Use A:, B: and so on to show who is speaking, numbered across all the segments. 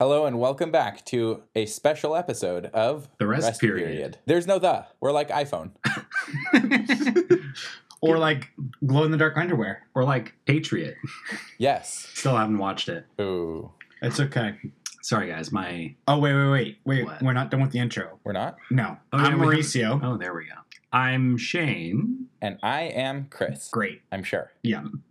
A: welcome back to a special episode of
B: The Rest Period.
A: There's no the. We're like iPhone.
C: or like glow in the dark underwear.
B: or like Patriot.
A: Yes.
B: Still haven't watched it.
A: Ooh.
C: It's okay.
B: Sorry guys, my
C: Oh wait, wait, wait, wait.
B: What?
C: We're not done with the intro.
A: We're not.
C: No,
B: Oh, yeah,
C: I'm
B: we haven't-
C: Mauricio.
B: Oh, there we go. I'm Shane.
A: And I am Chris.
C: Great.
A: I'm sure.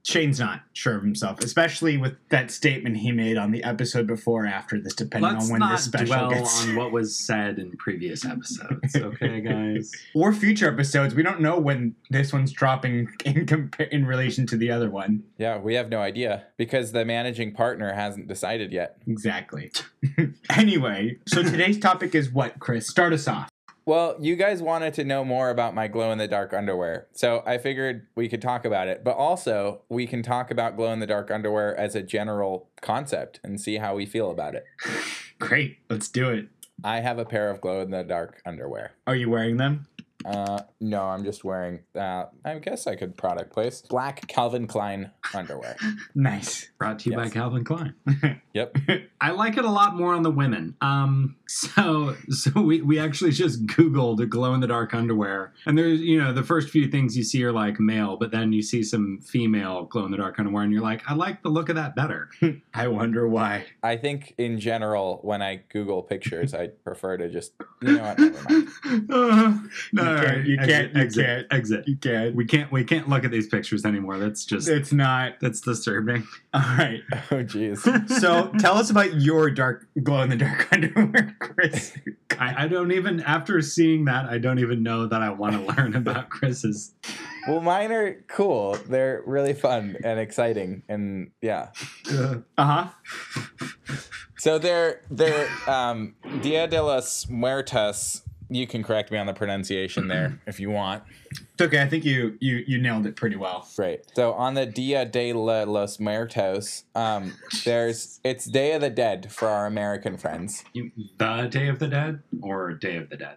C: Shane's not sure of himself, especially with that statement he made on the episode before or after this, depending
B: Let's
C: on when
B: not
C: this special
B: dwell
C: gets
B: on what was said in previous episodes, okay, guys?
C: or future episodes. We don't know when this one's dropping in compa- in relation to the other one.
A: Yeah, we have no idea because the managing partner hasn't decided yet.
C: Exactly. anyway, so today's topic is what, Chris? Start us off.
A: Well, you guys wanted to know more about my glow in the dark underwear. So I figured we could talk about it, but also we can talk about glow in the dark underwear as a general concept and see how we feel about it.
C: Great. Let's do it.
A: I have a pair of glow in the dark underwear.
C: Are you wearing them?
A: Uh, no, I'm just wearing, uh, I guess I could product place black Calvin Klein underwear.
C: Nice.
B: Brought to you by
A: Yes.
B: Calvin Klein.
A: Yep.
B: I like it a lot more on the women. Um, so so we, we actually just Googled glow in the dark underwear, and there's you know the first few things you see are like male, but then you see some female glow in the dark underwear, and you're like, I like the look of that better.
C: I wonder why.
A: I think in general, when I Google pictures, I prefer to just, you know what, never mind.
B: no,
C: You
B: Uh-huh. all
C: can't-
B: right.
C: you
B: exit,
C: can't- you
B: exit,
C: can't.
B: exit.
C: You can't.
B: We can't. We can't look at these pictures anymore. That's just
C: It's not.
B: that's disturbing.
C: All right.
A: Oh, jeez.
C: So tell us about your dark glow in the dark underwear, Chris.
B: I, I don't even after seeing that, I don't even know that I want to learn about Chris's.
A: Well, mine are cool. They're really fun and exciting, and yeah.
C: Uh huh.
A: So they're they're um, Dia de los Muertos. You can correct me on the pronunciation there if you want.
C: It's okay. I think you you you nailed it pretty well.
A: Great. So on the Dia de la- los Muertos, um, there's it's Day of the Dead for our American friends.
B: You- the Day of the Dead or Day of the Dead?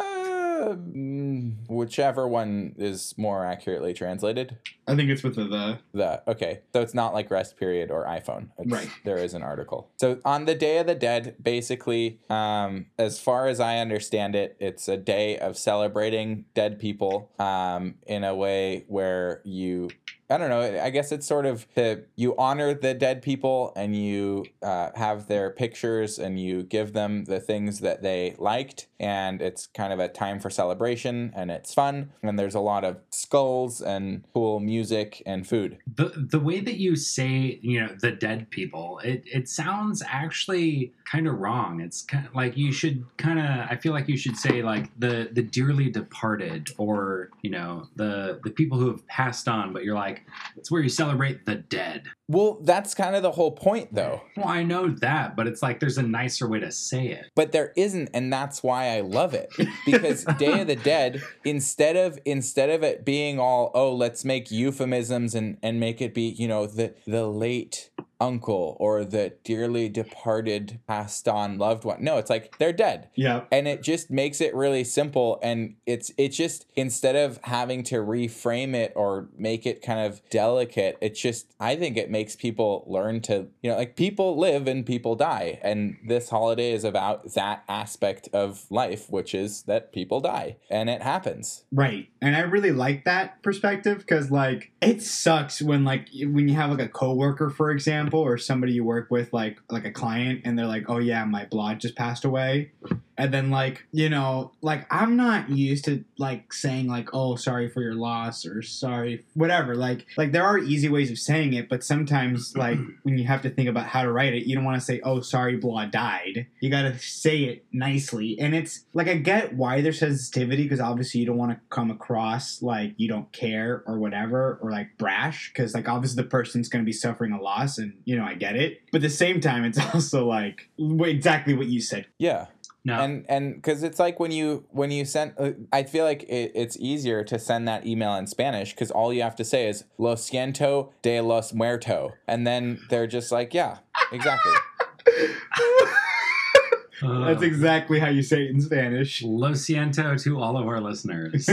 A: Uh, mm, whichever one is more accurately translated.
C: I think it's with the, the
A: The okay, so it's not like rest period or iPhone. It's,
C: Right.
A: There is an article. So on the Day of the Dead, basically, um, as far as I understand it, it's a day of celebrating dead people um, in a way where you. I don't know. I guess it's sort of the, you honor the dead people and you uh, have their pictures and you give them the things that they liked. And it's kind of a time for celebration and it's fun. And there's a lot of skulls and cool music and food.
B: The the way that you say you know the dead people, it it sounds actually kind of wrong. It's kind of, like you should kind of. I feel like you should say like the the dearly departed or you know the the people who have passed on. But you're like it's where you celebrate the dead.
A: Well, that's kind of the whole point, though.
B: Well, I know that, but it's like there's a nicer way to say it.
A: But there isn't, and that's why I love it. Because Day of the Dead, instead of instead of it being all, oh, let's make euphemisms and and make it be, you know, the the late uncle or the dearly departed passed on loved one. No, it's like they're dead
C: yeah.
A: and it just makes it really simple and it's it just instead of having to reframe it or make it kind of delicate it just i think it makes people learn to you know like people live and people die and this holiday is about that aspect of life which is that people die and it happens
C: Right. And I really like that perspective because like it sucks when like you- when you have like a coworker, for example, or somebody you work with, like like a client, and they're like, Oh yeah, my blog just passed away. And then like, you know, like I'm not used to like saying like, oh sorry for your loss or sorry whatever. Like like there are easy ways of saying it, but sometimes like when you have to think about how to write it, you don't want to say, oh sorry, blah died. You gotta say it nicely. And it's like I get why there's sensitivity, because obviously you don't want to come across like you don't care or whatever, or like brash, because like obviously the person's gonna be suffering a loss and you know, I get it. But at the same time it's also like wh- exactly what you said.
A: yeah
B: No,
A: and and because it's like when you when you send uh, i feel like it, it's easier to send that email in spanish because all you have to say is lo siento de los muerto and then they're just like yeah exactly
B: Uh,
C: That's exactly how you say it in Spanish.
B: Lo siento to all of our listeners.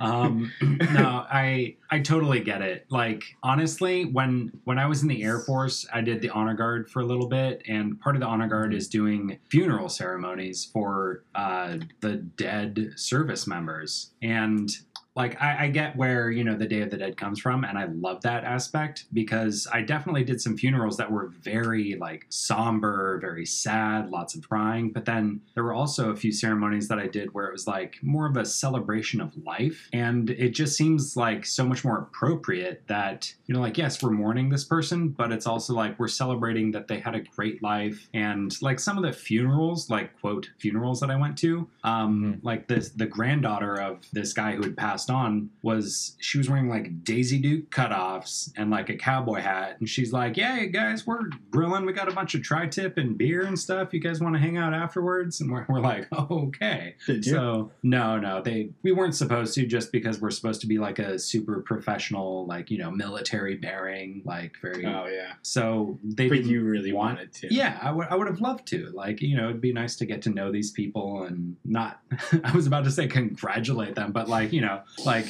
B: Um, no, I I totally get it. Like honestly, when when I was in the Air Force, I did the honor guard for a little bit, and part of the honor guard is doing funeral ceremonies for uh, the dead service members, and. Like I, I get where you know the Day of the Dead comes from, and I love that aspect because I definitely did some funerals that were very like somber, very sad, lots of crying. But then there were also a few ceremonies that I did where it was like more of a celebration of life. And it just seems like so much more appropriate that, you know, like, yes, we're mourning this person, but it's also like we're celebrating that they had a great life. And like some of the funerals, like, quote, funerals that I went to, um, like this, the granddaughter of this guy who had passed on was, she was wearing like Daisy Duke cutoffs and like a cowboy hat. And she's like, yeah, guys, we're grilling. We got a bunch of tri tip and beer and stuff. You guys want to hang out afterwards? And we're, we're like, oh, okay.
C: Did you?
B: So no, no, they we weren't supposed to just because we're supposed to be like a super professional, like you know, military bearing, like very.
C: oh yeah.
B: So they
C: But
B: didn't
C: you really
B: want-
C: wanted to.
B: Yeah, I would I would have loved to. Like you know, it'd be nice to get to know these people and not. I was about to say congratulate them, but like you know, like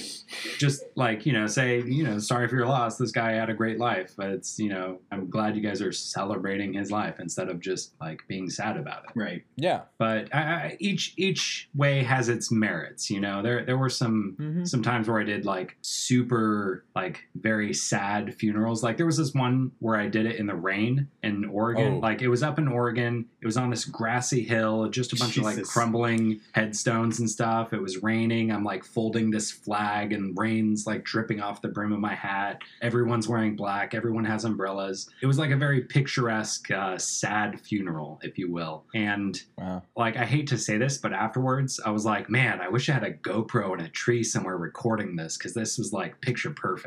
B: just like you know, say you know, sorry for your loss. This guy had a great life, but it's you know, I'm glad you guys are celebrating his life instead of just like being sad about it
C: Right.
A: yeah.
B: but I, I, each each way has its merits. You know, there there were some some times where I did like super like very sad funerals. Like there was this one where I did it in the rain in Oregon.
A: Oh.
B: Like it was up in Oregon. It was on this grassy hill, just a bunch of like
C: Jesus.
B: crumbling headstones and stuff. It was raining. I'm like folding this flag, and rain's like dripping off the brim of my hat. Everyone's wearing black. Everyone has umbrellas. It was like a very picturesque, uh, sad funeral, if you will. And
A: Wow.
B: like I hate to say this, but afterwards I was like, man, I wish I had a GoPro in a tree somewhere recording this because this was like picture perfect.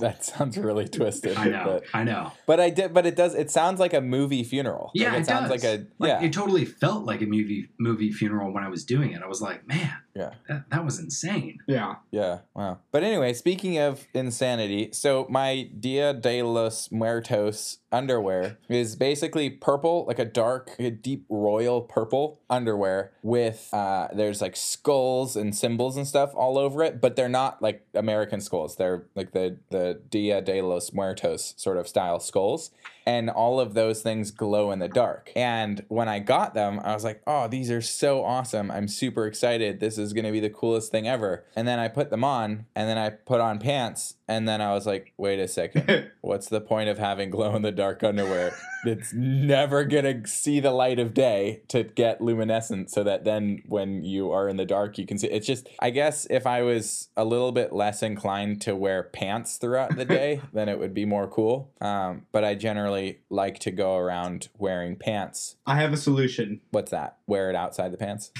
A: That sounds really twisted.
B: I know,
A: But,
B: I know.
A: but I did. But it does. It sounds like a movie funeral.
B: Yeah,
A: Like,
B: it,
A: it, sounds
B: does.
A: like a yeah.
B: It totally felt like a movie movie funeral when I was doing it. I was like, man,
A: Yeah.
B: that, that was insane.
C: Yeah.
A: Yeah, wow. But anyway, speaking of insanity, so my Dia de los Muertos underwear is basically purple, like a dark, like a deep royal purple underwear with uh there's like skulls and symbols and stuff all over it, but they're not like American skulls. They're like the the Dia de los Muertos sort of style skulls and all of those things glow in the dark. And when I got them, I was like, "Oh, these are so awesome. I'm super excited. This is going to be the coolest thing ever." And then I put them on, and then I put on pants, and then I was like, "Wait a second. What's the point of having glow in the dark underwear? It's never going to see the light of day to get luminescent so that then when you are in the dark, you can see. It's just I guess if I was a little bit less inclined to wear pants throughout the day, then it would be more cool. Um, but I generally like to go around wearing pants.
C: I have a solution.
A: What's that? Wear it outside the pants?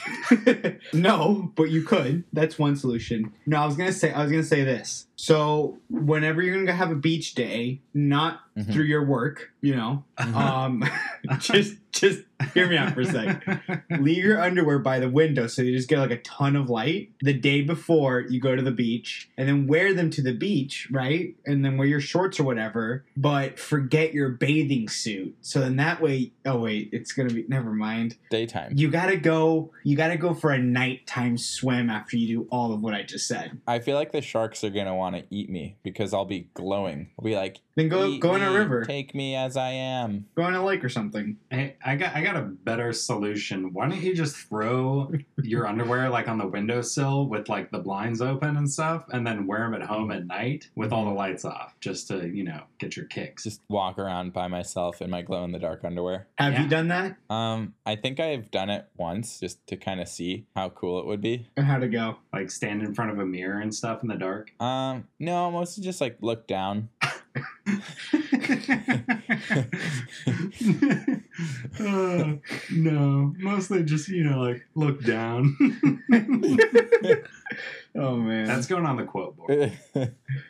C: no, but you could. That's one solution. No, I was gonna say I was gonna say this. So whenever you're gonna have a beach day, not
A: Mhm.
C: through your work, you know, um, just just hear me out for a sec. Leave your underwear by the window so you just get like a ton of light the day before you go to the beach, and then wear them to the beach, right? And then wear your shorts or whatever, but forget your bathing suit. So then that way, oh wait, it's gonna be never mind.
A: Daytime.
C: You gotta go. You gotta go for a nighttime swim after you do all of what I just said.
A: I feel like the sharks are gonna want to eat me because I'll be glowing. I'll be like,
C: Then go
A: "Eat
C: go in a
A: me,
C: river,
A: Take me as I am.
C: go in a lake or something.
B: I, I got I got a better solution. Why don't you just throw your underwear like on the windowsill with like the blinds open and stuff, and then wear them at home at night with all the lights off, just to you know get your kicks.
A: Just walk around by myself in my glow in the dark underwear.
C: Have
B: Yeah.
C: you done that?
A: Um, I think I've done it once just to kind of see how cool it would be.
C: And how to go?
B: like stand in front of a mirror and stuff in the dark.
A: Um, no, mostly just like look down.
B: Uh, no, mostly just you know like look down.
C: Oh man.
B: That's going on the quote board.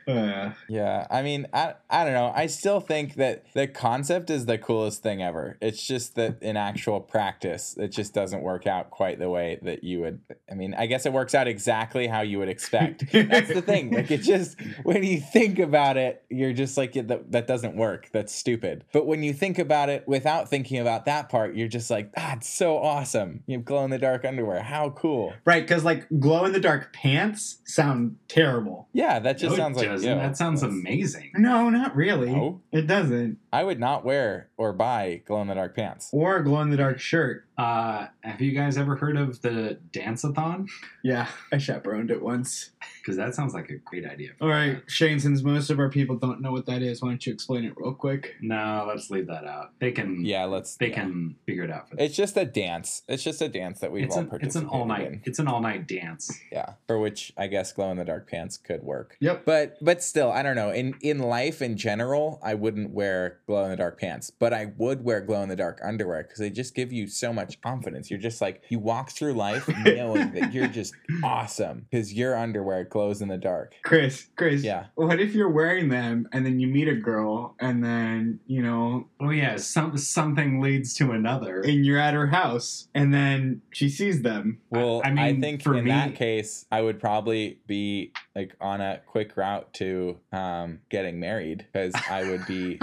C: Uh,
A: yeah, I mean, I I don't know. I still think that the concept is the coolest thing ever. It's just that in actual practice, it just doesn't work out quite the way that you would. I mean, I guess it works out exactly how you would expect. That's the thing. Like it just when you think about it, you're just like "Yeah, that, that doesn't work. That's stupid. But when you think about it without thinking about that part, you're just like, that's so awesome. You have glow in the dark underwear. How cool.
C: Right, because like glow in the dark pants sound terrible.
A: Yeah, that
B: No,
A: just
B: Oh, it
A: sounds like
B: doesn't.
A: yo,
B: that sounds
A: that's-
B: amazing.
C: No, not really.
A: No.
C: It doesn't.
A: I would not wear or buy glow in the dark pants.
C: Or a glow in the dark shirt.
B: Uh, have you guys ever heard of the dance-a-thon?
C: Yeah, I chaperoned it once.
B: Because that sounds like a great idea. for
C: All right,
B: that.
C: Shane, since most of our people don't know what that is, why don't you explain it real quick?
B: No, let's leave that out. They can.
A: Yeah, let's.
B: Mm, They
A: yeah.
B: can figure it out for them.
A: It's just a dance. It's just a dance that we've
B: It's
A: all
B: an, it's
A: participated
B: an all-night.
A: in.
B: It's an all-night dance.
A: Yeah, for which I guess glow in the dark pants could work.
C: Yep.
A: But but still, I don't know. In in life in general, I wouldn't wear glow in the dark pants, but I would wear glow in the dark underwear because they just give you so much confidence. You're just like you walk through life knowing that you're just awesome because your underwear glows in the dark.
C: Chris, Chris.
A: Yeah.
C: What if you're wearing them and then you meet a girl and then, you know,
B: Oh yeah, some something leads to another.
C: and you're at her house and then she sees them?
A: Well,
B: I
A: I,
B: mean,
A: think
B: for
A: in that
B: me-
A: case, I would probably be like on a quick route to um, getting married because I would be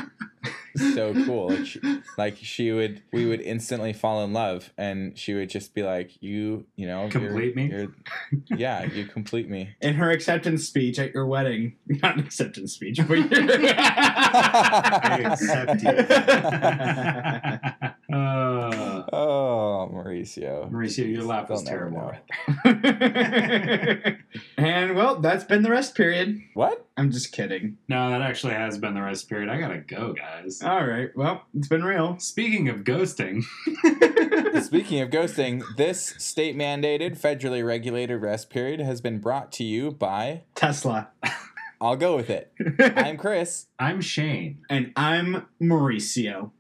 A: so cool. Like she, like she would, we would instantly fall in love, and she would just be like, "You, you know, you're-
B: Complete me?
A: you're- yeah, you complete me."
C: In her acceptance speech at your wedding, not an acceptance speech, but
B: I accept you. uh,
A: Oh, Mauricio,
B: Mauricio, your laugh was
A: They'll never
B: terrible.
A: know.
C: and well, that's been the rest period.
A: What?
C: I'm just kidding.
B: No, that actually has been the rest period. I gotta go, guys.
C: All right. Well, it's been real.
B: Speaking of ghosting,
A: Speaking of ghosting, this state mandated, federally regulated rest period has been brought to you by.
C: Tesla.
A: I'll go with it. I'm Chris.
B: I'm Shane.
C: And I'm Mauricio.